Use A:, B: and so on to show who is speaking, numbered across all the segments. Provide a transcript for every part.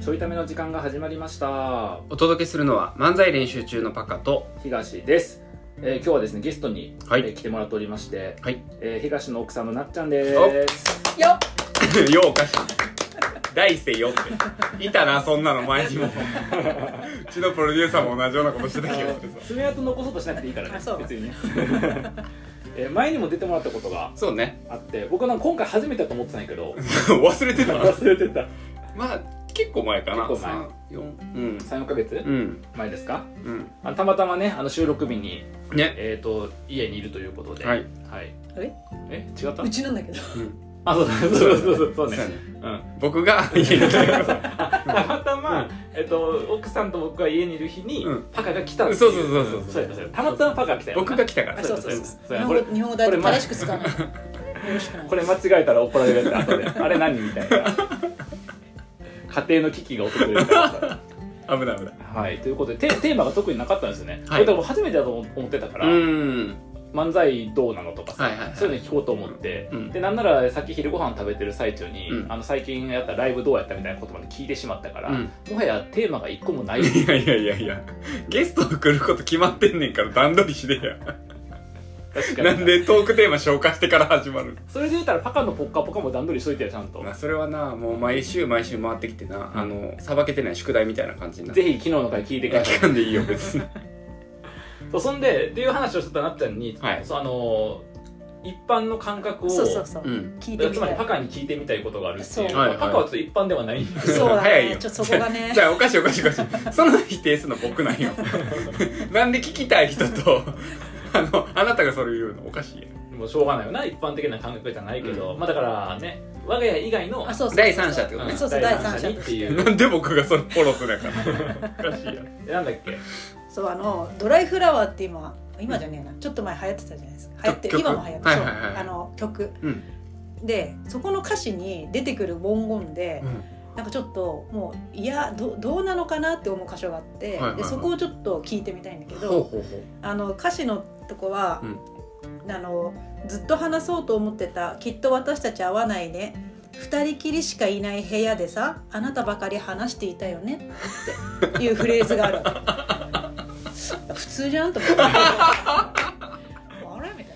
A: ちょいための時間が始まりました
B: お届けするのは漫才練習中のパカと
A: 東です、えー今日はですねゲストに、
B: は
A: えー来てもらっておりまして、
B: はい
A: えー東の奥さんのなっちゃんです
B: ようおかしい大勢よっていたなそんなの前 にもうちのプロデューサーも同じようなことしてた気がするぞ
A: 爪痕残そうとしなくていいからね
C: あそう
A: 別にね、 えー前にも出てもらったことが
B: そうね
A: あって僕なんか今回初めてだと思ってたんやけ ど
B: 忘れてた
A: 忘れてた
B: まあ結構前かな
A: 結構前
B: 4うん
A: 34ヶ月
B: うん
A: 前ですか
B: うん
A: あたまたまねあの収録日に、
B: ね
A: えー、と家にいるということでは、
B: はいい
C: あれ
A: え違った
C: うちなんだけど
A: あそうそうそうそうそう
B: そう
A: ね
B: やね
A: うん
B: 僕 が家に来たから
A: たまたま、
B: うん
A: えっと、奥さんと僕が家にいる日に、
B: うん
A: パカが来たっていう
B: そうそうそうそう
A: そうやったそうやったたまたまパカが来たよ
B: 僕が来たから
C: あそうそうそう
A: そう
C: 日
A: や
C: 本語日本語だ
A: こ
C: と
A: れまあ
C: 正しく使わないよろしくない
A: これ間違えたら怒られるやつ後 であれ何みたいな家庭の危機が訪れるからさ
B: 危ない危ない
A: はいということでテテーマが特になかったんですよね、
B: はい
A: これ多分初めてだと思ってたから、
B: うん
A: 漫才どうなのとかさ、
B: はいはいはい
A: そういうの聞こうと思って、
B: うん
A: でなんならさっき昼ご飯食べてる最中に、
B: うん
A: あの最近やったライブどうやったみたいなことまで聞いてしまったから、
B: うん
A: もはやテーマが一個もない
B: いやいやいやいやゲスト来ること決まってんねんから段取りしねえや
A: 確かに
B: なんでトークテーマ消化してから始まる
A: それで言ったらパカのポッカポカも段取りしといてよちゃんと
B: まあそれはなもう毎週毎週回ってきてな、あのさばけてない宿題みたいな感じになって
A: ぜひ昨日の回聞いて
B: ひ
A: ください
B: 期間でいいよ別に
A: そうそんでっていう話をしてたなっちゃんに、
B: はい
A: そうあのー一般の感覚を
C: そうそうそう
B: うん
C: 聞い
A: だ
C: て
A: からつま
C: みた
A: り
C: い
A: パカに聞いてみたいことがあるって
C: そう
A: いう、
B: はいはい
A: パカはちょっと一般ではないんだけど
C: そうだ
B: 早いよ
C: ねちょっとそこがね
B: じゃあおかしいおかしいおかしいその否定するの僕 なんよなんで聞きたい人とあのあなたがそれ言うのおかしいやん
A: もうしょうがないよな一般的な感覚じゃないけど、まあだからね我が家以外の
C: あそうそう
B: 第三者ってこと
A: うん
B: ね
C: そうそう
A: 第
C: 第
A: 三
C: 三
A: 者
C: 者
A: にってい
B: な
A: うん
B: で僕がそれフォローするのやからおかしいやん
A: えなんだっけ
C: そうあのドライフラワーって今今じゃねえなちょっと前流行ってたじゃないですか流行って
B: 曲
C: 今も流行ってる
B: はいはいはい
C: そうあの曲
B: うん
C: でそこの歌詞に出てくる文言で
B: うん
C: なんかちょっともういやどどうなのかなって思う箇所があっ
B: はい
C: て、
B: はいはい
C: でそこをちょっと聞いてみたいんだけど
B: ほうほうほ
C: あの歌詞のとこは、あのずっと話そうと思ってたきっと私たち会わないね二人きりしかいない部屋でさあなたばかり話していたよねっていうフレーズがあるわけ普通じゃんと思ってあれみた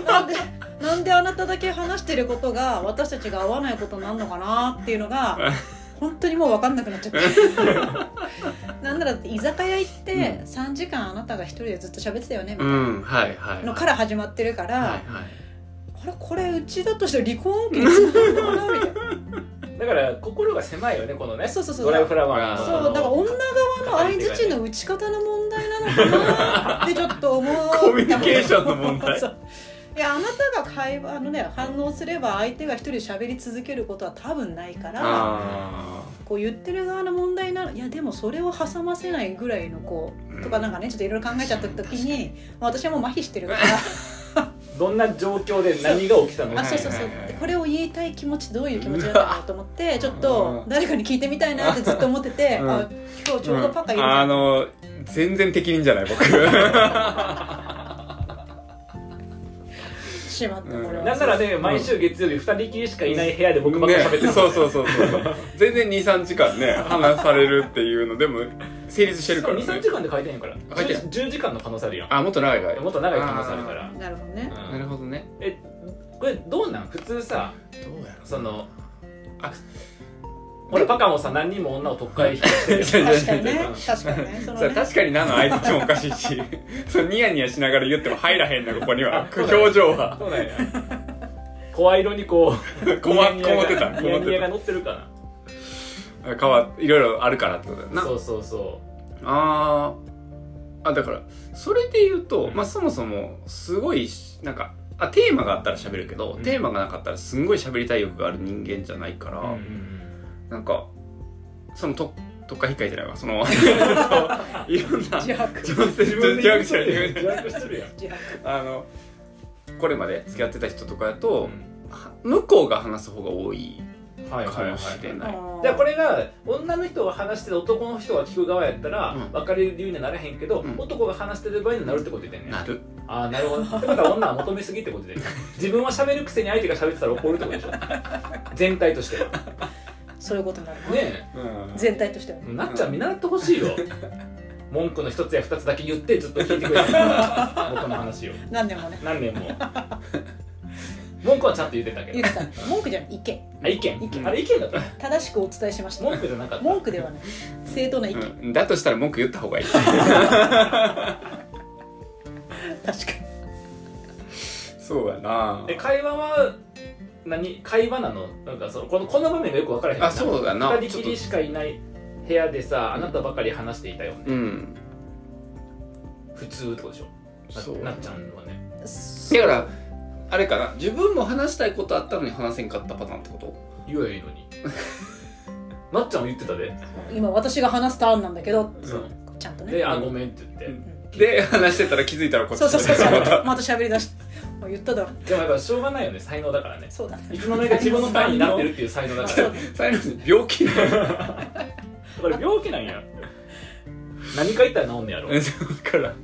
C: いななんでなんであなただけ話してることが私たちが会わないことになるのかなっていうのが本当にもう分かんなくなっちゃってなんならだって居酒屋行って
B: う
C: 3時間あなたが一人でずっと喋ってたよねみ
B: う
C: たい
B: うんはいはい
C: なのから始まってるから、
B: はいはい
C: あれこれうちだとしたら離婚案件にするのかなみた い
A: だから心が狭いよねこのね
C: なそうそうそう
A: ドライフラワー
C: そ
A: の
C: うだから女側の相づちの打ち方の問題なのかなってちょっと思う
B: コミュニケーションの問題
C: そういやあなたが会話のね反応すれば相手が一人で喋り続けることは多分ないから
B: あ
C: こう言ってる側の問題なのいやでもそれを挟ませないぐらいのこうとかなんかねちょっといろいろ考えちゃった時にまあ私はもう麻痺してるから
A: どんな状況で何が起きたの
C: あ
A: か
C: そうそうそう
B: はいはいはい
C: でこれを言いたい気持ちどういう気持ちだったのと思ってちょっと誰かに聞いてみたいなってずっと思ってて、
B: うん
C: あ今日ちょうどパカいる
B: う
C: じ
B: ん
C: ゃ
B: あ
C: ん、
B: の全然適任じゃない僕
C: しまったこれ
B: うん
C: は
A: なんならね毎週月曜日二人きりしかいない部屋で僕ばっかり喋ってる、
B: ね、そうそうそうそうそう全然23時 間ね話されるっていうのでも成立してるからね
A: 23時間で書いてんやから
B: 書いてん
A: 10, 時間の可能性あるやん
B: あもっと長いが
A: もっと長い可能性あるから
C: なるほどね
B: あー
A: う
B: なんるほどね
A: えこれどうなん普通さ
B: どうやろ
A: その
B: あ
A: 俺パカもさ何人も女を特会引きして る
C: 確かにね
A: うん
C: 確かにねその
B: さ
C: ね
B: 確かになの相手もおかしいし そうニヤニヤしながら言っても入らへんなここには 表情は
A: そうなんや声色にこう
B: こまこもってた
A: ニヤニヤが乗ってるか
B: 変わいろいろあるからってことだよ
A: な
B: な
A: そうそうそ
B: あーあだからそれで言うと、まあ、そもそもすごいしなんかあテーマがあったら喋るけど、
A: うん
B: テーマがなかったらすんごい喋りたい欲がある人間じゃないから、
A: う、うんうん
B: なんかそのと特化引っかいじゃないわその いろんな
C: 自白
B: 自分で
A: 自分で言う
B: 自白してる
A: 自白してるやん
C: 自白
B: あのこれまで付き合ってた人とかだと、は向こうが話す方が多い
A: はい
B: かもしれない。
C: あー
A: だからこれが女の人が話してて男の人が聞く側やったら
B: うん
A: 別れる理由にはならへんけど、
B: うん
A: 男が話してる場合になるってこと言ってんね
B: なる
A: ああなるほどってことは女は求めすぎってことで自分は喋るくせに相手が喋ってたら怒るってことでしょ全体としては
C: そういうことになるの、
A: ね
B: うん
C: 全体としては
A: えなっちゃん見習ってほしいよ文句の一つや二つだけ言ってずっと聞いてくれる僕の話を
C: 何年もね
A: 何年も文句はちゃんと言ってたけ
C: 言
A: ど
C: ってたね文句じゃない意見
A: あ意見
C: 意見
A: あれ意見だった
C: 正しくお伝えしました
A: 文句じゃなかった
C: 文句ではない正当な意見、
B: うんだとしたら文句言った方 がいい
C: 確か
B: そうやな
A: え会話は何会話なのなんかそのこのこの場面がよく分からへん
B: あそうだな
A: 二人きりしかいない部屋でさあなたばかり話していたよね、
B: うん
A: 普通ってことでしょな
B: そう
A: なっちゃんはね
C: に
B: だからあれかな自分も話したいことあったのに話せんかったパターンってこと
A: 言えばいいのに なっちゃんも言ってたで、
C: 今私が話すターンなんだけど
A: そう
C: ちゃんとね
A: で「あごめん」って言って、
B: で話してたら気づいたらこっち
C: そうそうそうそ う
B: また
C: また喋りだしたもう言っただろ
A: でもやっぱしょうがないよね才能だからね
C: そうだね
A: いつの 間にか自分のターンになってるっていう才能 だか
C: そ
A: ら
C: う
B: 最後に病気なの
A: これ病気なんや何か言ったら治んねやろ
B: だから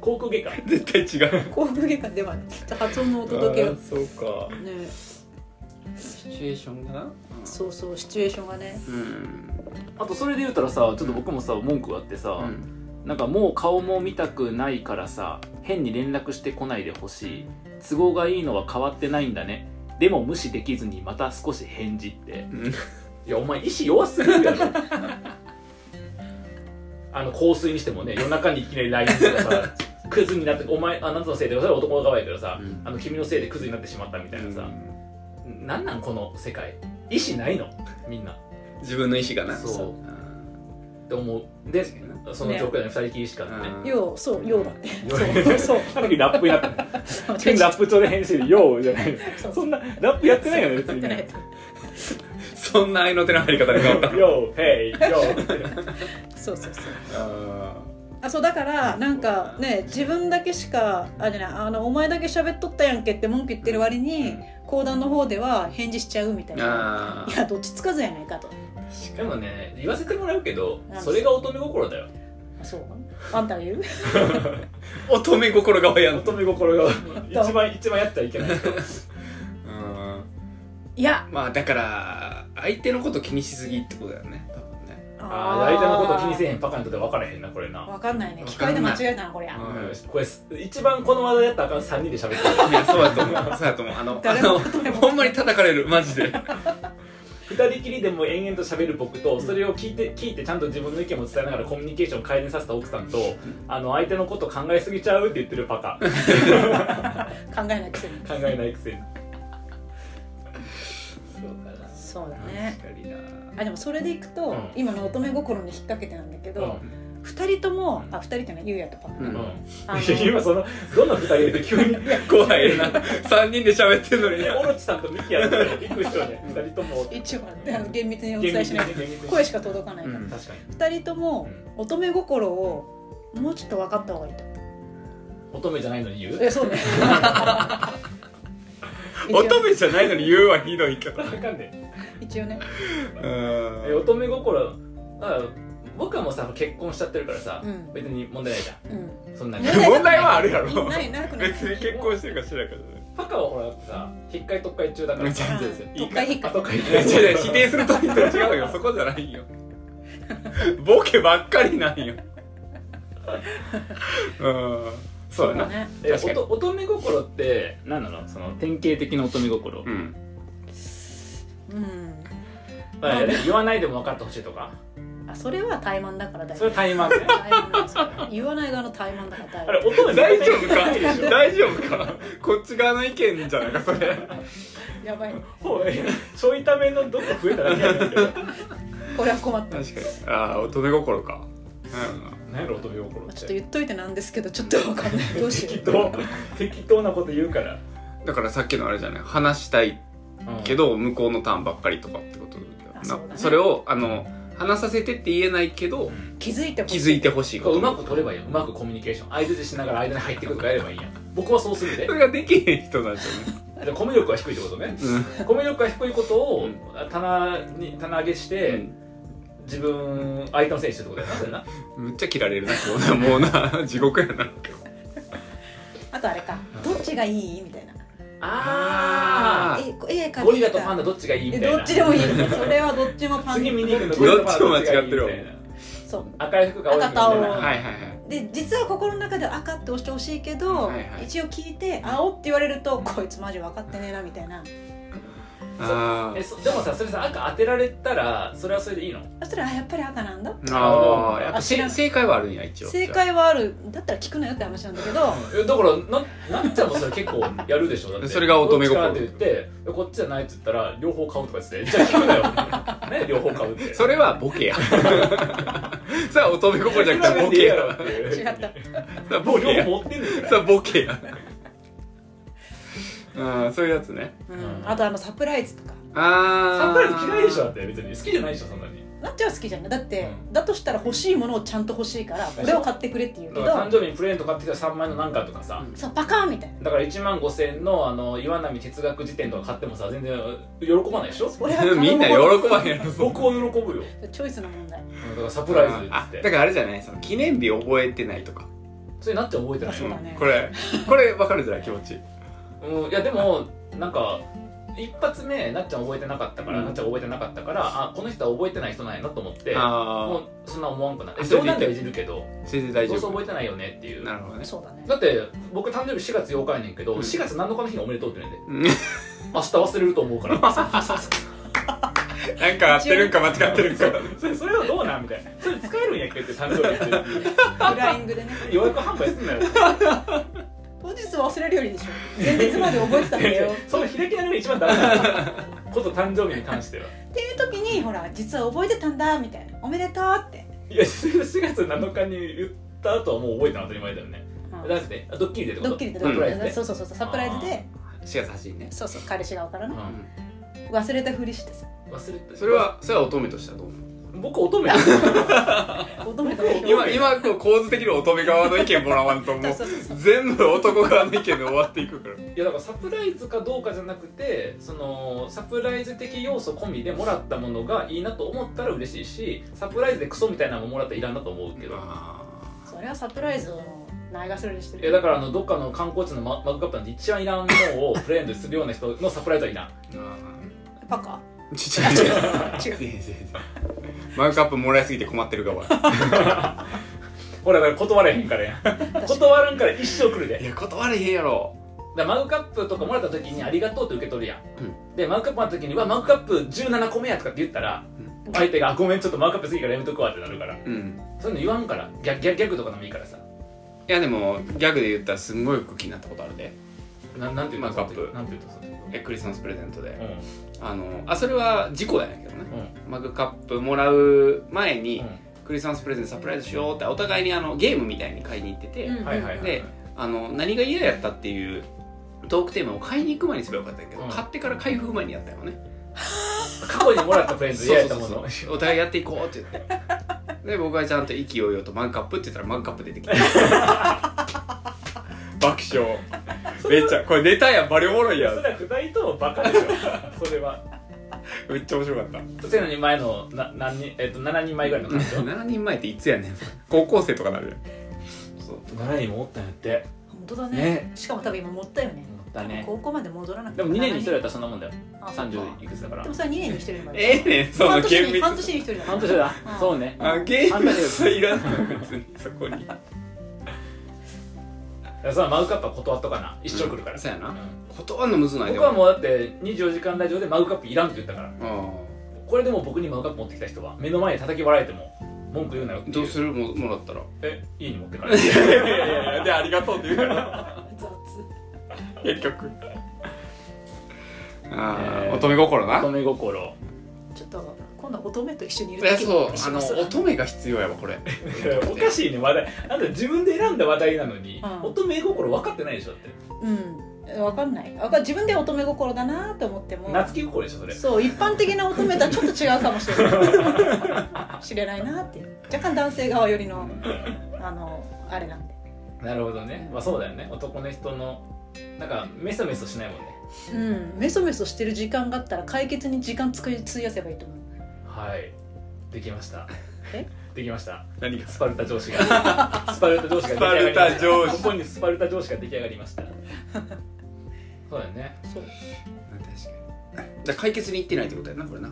A: 航空外科
B: 絶対違う
C: 幸福外科ではないちょっと発音のお届け
B: あ
C: を
B: ーそうか
C: ね
B: シチュエーションがな
C: そうそうシチュエーションがね
B: うん
A: あとそれで言うたらさちょっと僕もさ文句があってさ、
B: うん
A: なんかもう顔も見たくないからさ変に連絡してこないでほしい都合がいいのは変わってないんだねでも無視できずにまた少し返事って
B: うん
A: いやお前意志弱すぎるやろ あの香水にしてもね夜中にいきなり LINE とかさ クズになってお前あなたのせいでそれは男の側やけどさ、
B: うん
A: あの君のせいでクズになってしまったみたいなさ、なんなんこの世界意志ないのみんな
B: 自分の意思がな
A: そう
B: うん
A: って思うで
B: 確かにな
A: その状況で2人きりしかってね
B: うん
C: ようそうようだね
A: よう
C: そうそう
D: あの時ラップになったの
C: そう
D: 急にラップ調で編集で「よう」じゃないの
C: そう
D: そんなラップやってないよね別に
C: やっ
D: ね
C: てない
B: そんな愛の手の入り方 に変わ
D: 「
B: っ
D: よう」「へい」「よう」って
C: そうそうそう
B: たあ
C: あそうだからなんかね自分だけしかあじゃないあのお前だけ喋っとったやんけって文句言ってる割に講談の方では返事しちゃうみたいな
B: あ
C: いやどっちつかずやないかと
A: しかもね言わせてもらうけど
C: なんです
A: それが乙女心だよ
C: そうあんたが言う
B: 乙女心が親の
A: 乙女心が一番一番やっちゃいけない
B: うん
C: いや
B: まあだから相手のこと気にしすぎってことだよね多分ね
A: ああ相手のこと気にせえへんパカにとっては分からへんなこれな、
C: わかんないね
B: わ
C: 機
B: かん
C: 械
B: な
C: で
B: い
C: 間違えたなこりゃ
A: うんこれ一番この話題やったらあかん3人で喋って
B: いやそうだと思うそうだと思うあのあ
C: 誰も
B: のほんまに叩かれるマジで
A: る2人きりでも延々と喋る僕とそれを聞いて聞いてちゃんと自分の意見も伝えながらコミュニケーションを改善させた奥さんとあの相手のこと考えすぎちゃうって言ってるパカ
C: 考えないくせに
A: 考えないくせに
B: そうだな
C: そうだね
B: 確かにな
C: あでもそれでいくと、
A: うん
C: 今の乙女心に引っ掛けてなんだけ
A: う
C: ど、
A: ん
C: 二人ともあ二人じゃないゆうやとパパ、
B: うん
C: あの
A: うん、今そのどの2人で急に
B: 怖いな3人で喋ってんのに
A: で
B: な
A: オロチさんとミキやったらびっくりしたよね2人とも
C: 一応あの厳密にお伝えしないと
A: 厳密に
C: 声しか届かないから、
B: うん
A: 確かに
C: 二人とも乙女心をもうちょっと分かった方がいいと
A: 乙女じゃないのに言う
C: えそうね 一応
B: 乙女じゃないのに言うはひどいけど
A: あかんね
C: 一応ね
A: え乙女心あ僕はもうさ結婚しちゃってるからさ、
C: うん
A: 別に問題ないじゃ
C: うん
A: んそんなに
C: ね
B: 問題はあるやろ
C: ないなくない
B: 別に結婚してるかしてないかじゃない
A: パカはほらさ引っかい特会中だからさ
B: 違う違う違う
C: 都会引っ
A: あ
C: か
A: とか言っ
B: いや
A: て
B: 違う違う否定するときと違うよそこじゃないよボケばっかりなんようんそうやな
C: ね
A: え
B: 確かに
A: おと乙女心って何なのその典型的な乙女心、
B: うん
C: うん
A: あいや言わないでも分かってほしいとか
C: あそれは怠慢だからだ
A: それ
C: よ
A: 怠慢 ね
C: 怠慢ですよ言わない側の怠慢だから
A: あ
C: だよ
A: れ乙女
B: 大丈夫
A: ないでし
B: か大丈夫かこっち側の意見じゃないかそれ
C: やばい
A: ょもうえちょいためのどこ増えただけやねんけど
C: これは困った
B: 確かにああ乙女心か
A: 何やろ乙女心っ
C: まあ
A: て
C: ちょっと言っといてなんですけどちょっとわかんないどうしよ
A: 適
C: う
A: 当適当なこと言うから、
B: うんだからさっきのあれじゃない話したいけど向こうのターンばっかりとかってことだよな
C: あそうだね
B: それをあの話させてって言えないけど
C: 気づいてほし
B: 気
C: い
B: づいてほしいこ
A: う
B: と
A: まく取ればいいようまくコミュニケーション相手でしながら間に入っていくとかやればいいやん僕はそうするで
B: それができへん人なんじ
A: でコミュ力が低いってことね
B: ゃない
A: コミュ力が低いことを
B: うん
A: 棚に棚上げして、自分相手のせいにしてるってことやなそれな
B: むっちゃ切られるな今日な もうな地獄やな
C: あとあれかどっちがいいみたいな
A: あ
C: えこ絵描いてきた
A: ーゴリラとパンダどっちがいいみ
C: え
A: たいな
C: どっちでもいいそれはどっちもパン
A: 次見に行くの
B: どっちも間違ってる
A: ゴリラとパンダどっちがいいみ
B: わ
A: たいな
C: そう
A: 赤い服が多いみたい
C: 赤と
A: な
C: 青
B: はいはいはい
C: で実は心の中では赤って押してほしいけど、
B: はいはい
C: 一応聞いて青って言われるとこいつマジ分かってねえなみたいな
B: あ
A: えそでもさそれさ赤当てられたらそれはそれでいいの
C: そしたらあやっぱり赤なんだ
B: ーあーやっぱ
C: 知ら
B: 正
C: ん
B: 正解はあるんや一応
C: 正解はあるだったら聞くなよって話なんだけど
A: えだからななっちゃんもそれ結構やるでしょだって
B: それが乙女心
A: こっちからって言ってえこっちじゃないって言ったら両方買うとか言っててじゃあ聞くなよ ね両方買うって
B: それはボ ケやそれは乙女心じゃなくてボ
A: い
B: ケ
A: いや
B: や
A: ろっていう
C: 違った
B: それは
A: も
B: ボ
A: う
B: ケ
A: 両
B: や
A: 方持ってんねんか
B: そ
A: ら
B: れはボケやうんそういうやつね
C: うんあとあのサプライズとか
B: ああ
A: サプライズ嫌いでしょだって別に好きじゃないでしょそんなに
C: なっちゃんは好きじゃないだって、
A: う
C: だとしたら欲しいものをちゃんと欲しいからこれを買ってくれって言うけ
A: だから誕
C: ど
A: 生日にプレゼント買ってきた3万円のなんかとかさ、
C: そうパカーンみたいな
A: だから1万5000円のあの岩波哲学辞典とか買ってもさ全然喜ばないでしょ
C: 俺は頼む
B: みんな喜ばへんやろ
A: 僕は喜ぶよ
C: チョイスの問題
A: だからサプライズでっつ
B: あ
A: っ
B: だ
A: て
B: からあれじゃないその記念日覚えてないとか
A: それなっちゃん覚えてない
C: そうだね
B: んこれこれ分かるじゃない気持ち
A: うん、いやでもなんか一発目なっちゃん覚えてなかったから、
B: うん
A: なっちゃん覚えてなかったからあこの人は覚えてない人なんやなと思っても
B: あ
A: うそんな思わんくな
B: あ
A: い
B: それ
A: 冗
B: でいい
A: 談ではいじるけど
B: あ先生大
A: ど
B: 丈
A: うせ
B: 夫
A: 覚えてないよねっていう
B: なるほどね
C: そう だね
A: だって僕誕生日4月8日やねんけど、
B: うん
A: 4月7日の日におめでとうって言うねんで
B: うん
A: 明日忘れると思うから
B: なんか合ってるんか間違ってるんか
A: それそれはどうなんみたいなそれ使えるんやっけって誕生日 って
C: フライングでね
A: 予約販売すんなよ
C: 当日忘れるよりでしょ前日まで覚えてたん だ よ
A: その開き直りが一番ダメなのこと誕生日に関しては
C: っていう時にほら実は覚えてたんだみたいなおめでとうって、
A: いやそれ4月7日に言った後はもう覚えたの当たり前だよね
C: うん
A: だってドッキリでってこと
C: ドッキリで
B: うん
C: ド
A: サプライズ
C: ッキリで
A: で
C: そうそうそうそうサプライズで
B: 4月8日ね
C: そうそう彼氏側から
A: う
C: ね
A: ん
C: 忘れたふりしてさ
A: 忘れて
B: それはそれは乙女としてはどう思う
A: 僕乙女です
C: 乙女とか言
B: 今今こう構図的に乙女側の意見もらわん ともう
C: そうそうそう
B: 全部男側の意見で終わっていくから
A: いやだからサプライズかどうかじゃなくてそのサプライズ的要素込みでもらったものがいいなと思ったら嬉しいしサプライズでクソみたいなのももらったらいらんなと思うけど
C: それはサプライズをないがしろにして
A: いや
C: る
A: だからあのどっかの観光地のママグカップなんて一番いらんものをプレゼントするような人のサプライズはいらん
C: パカ
B: ちょっと違う
C: 違う
B: 違う違うマグカップもらいすぎて困ってる側
A: 俺だから断れへんからやん断らんから一生来るで
B: いや断れへんやろ
A: だからマグカップとかもらった時に「ありがとう」って受け取るやん、
B: う
A: でマグカップもらった時に「うわマグカップ17個目や」とかって言ったら、
B: う
A: 相手があ「ごめんちょっとマグカップ次からやめとくわ」ってなるから
B: うん
A: そういうの言わんからギャギャギャグとかでもいいからさ
B: いやでもギャグで言ったらすんごい気になったことあるで
A: ななんて言うの
B: マグカップ
A: その時なんて言うとその時
B: えクリスマスプレゼントで
A: うん
B: あのあそれは事故やねんけどね
A: うん
B: マグカップもらう前に、
A: う
B: クリスマスプレゼントサプライズしようってお互いにあのゲームみたいに買いに行ってて、
C: うん
A: んはいはいはい
B: であの何が嫌やったっていうトークテーマを買いに行く前にすればよかったんやけど、
A: うん
B: 買ってから開封前にやったよね
A: 過去にもらったプレゼントでやったも
B: そ
A: の
B: う そうそうお互いやっていこうって言ってで僕はちゃんと意気揚々とマグカップって言ったらマグカップ出て きて爆笑めっちゃこれネタやバリおもろいや
A: それは不大とバカでしょそれは
B: めっちゃ面白かった
A: そういうのに前のな何人、えっと7人前ぐらいの感情
B: 7人前っていつやねん高校生とかなるよそう
A: 7人もおったんやって
C: 本当だね
B: ね
C: しかも多分今持ったよね
A: だね
C: 高校まで戻らなくて
A: でも2年に1人
C: で
A: やったらそんなもんだよ30いくつだから
C: もそれは2年に1人まで
B: ええねんその
C: 半年
B: 厳
C: に
B: 密
C: 半年に1人だ
A: 半年だ
C: うん
A: そうね
B: あゲー
A: 半
B: ム
A: 年です
B: さいらんの別にそこに
A: いやそれはマグカップは断っとかな一生来るから、
B: そうやな
A: うん
B: 断んのむずないで
A: 僕はもうだって24時間ラジオでマグカップいらんって言ったから
B: う
A: これでも僕にマグカップ持ってきた人は目の前で叩き笑えても文句言うなよってい
B: んどうす
A: る
B: るももらったらい
A: え家に持ってかれる
B: やいやいやでありがとうって言うから
C: 雑
B: 結局あ
A: え
B: あ
A: ー
B: 乙女心
A: 乙
B: な
A: 女心
C: ちょっと今度乙女と一緒にい
B: い
C: る
B: や
C: 時
B: そう
C: にし
B: あの
C: ます
B: 乙女が必要やわこれ
A: おかしいね話題あんた自分で選んだ話題なのに、
C: うん
A: 乙女心分かってないでしょだって
C: うんわかんないわか自分で乙女心だなと思っても
A: 夏木心でしょそれ
C: そう一般的な乙女とはちょっと違うかもしれない知れないなっていう若干男性側よりのあのあれなんで
A: なるほどねまあそうだよね男の人のなんかメソメソしないもんね
C: うんメソメソしてる時間があったら解決に時間つく費やせばいいと思う
A: はいできました
C: え
A: できました
B: 何が
A: スパルタ上 司がスパルタ上司が出来上がりました
B: スパルタ上司
A: ここにスパルタ上司が出来上がりました そうだよね
C: そう
B: 確かにだ解決に行ってないってことやなこれな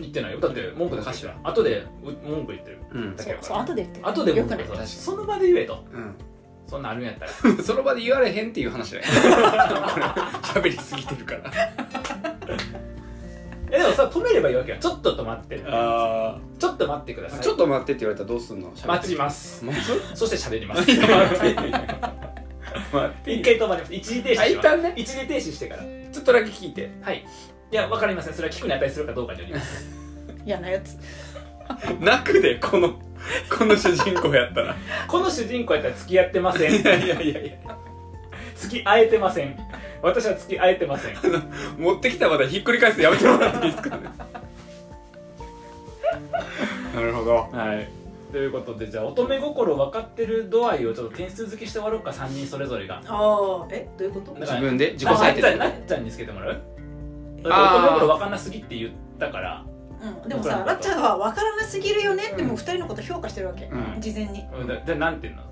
A: 言ってないよだって文句で歌詞は後でう文句言ってる
B: うん
A: だ
C: そ
A: け
C: う
A: ど
C: そう後で言って
A: 後で
C: よ
A: 文
C: く
A: 句
C: ない
A: 言ってその場で言えと
B: う
A: そんなんあるんやったら
B: ん その場で言われへんっていう話だよこれ喋りすぎてるから
A: えでもさ止めればいいわけよちょっと止まって
B: あ
A: ちょっと待ってください
B: ちょっと待ってって言われたらどうすんの喋って
A: 待ちます
B: 待つ
A: そして喋ります
B: 待っ
A: 一回止まります一時停止
B: あ
A: し
B: 一
A: ます
B: 旦ね
A: 一時停止してから
B: ちょっとだけ聞いて
A: はいいやわかりませんそれは聞くに値するかどうかによります
C: 嫌なやつ
B: 泣くでこのこの主人公やったら
A: この主人公やったら付き合ってま せん
B: いやいやいやいや
A: 付き合えてません私は付き合えてません
B: 持ってきたまたひっくり返すのやめてもらっていいですかね なるほど
A: はいということでじゃあ乙女心分かってる度合いをちょっと点数付けして終わろうか3人それぞれが
C: ああえどういうこと
A: だ
B: 自分で自己
A: あ
B: 採
A: なっちゃ
B: 点
A: んなっちゃんにつけてもらう乙
B: あー
A: 女心分かんなすぎって言ったから
C: うん、でもさラッチャーは分からなすぎるよねってもう2人のこと評価してるわけ、
B: うん
C: 事前に
A: うんだじゃあ何点なの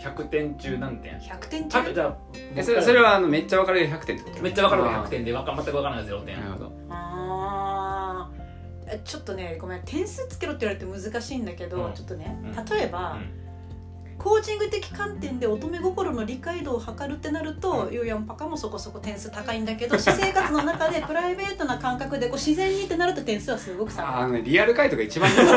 A: 100点中何点
C: 100点
A: ち
C: 中
A: ゃんじゃあ
B: えそれそれはあのめっちゃ分かる100点ってこと
A: めっちゃ分かる
B: あー
A: 100点でわか全く分からない0点
B: なるほど
C: あーちょっとねごめん点数つけろって言われて難しいんだけど、
A: うん
C: ちょっとね、
A: うん
C: 例えば、コーチング的観点で乙女心の理解度を測るってなると、ゆうやんパカもそこそこ点数高いんだけど私生活の中でプライベートな感覚でこう自然にってなると点数はすごく
B: あ
C: 下
B: ー
C: が
B: あ
C: る
B: のねリアル回答が一番怖い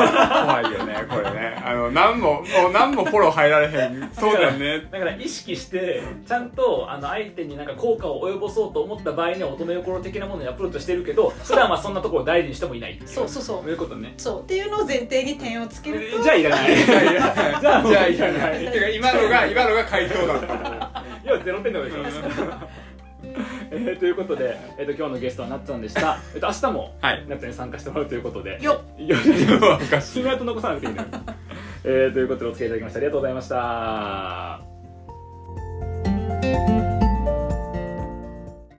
B: 怖いよねこれねあの何ももう何もフォロー入られへんそうだよね
A: だから意識してちゃんとあの相手になんか効果を及ぼそうと思った場合には乙女心的なものにアプローチしてるけど普段はそんなところを大事にしてもいないっていう
C: そうそうそう
A: いうことね
C: そうっていうのを前提に点をつけると
A: じゃあいらない じゃあ
B: じゃあいらないいてか今のが今のが回答だ った
A: 要はゼロ点でもいいです えーということで、えー、と今日のゲストはなっちゃんでした、えー、と明日も
B: はい
A: なっちゃんに参加してもらうということで
C: よ
A: よし
B: わかしい
A: 爪痕残さなくていいんだよ、えーということでお付き合いいただきましてありがとうございました